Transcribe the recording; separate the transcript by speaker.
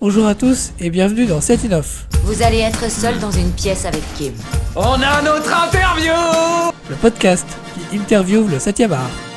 Speaker 1: Bonjour à tous et bienvenue dans 7 in Off,
Speaker 2: Vous allez être seul dans une pièce avec Kim.
Speaker 3: On a notre interview
Speaker 1: le podcast qui interviewe le 7 art.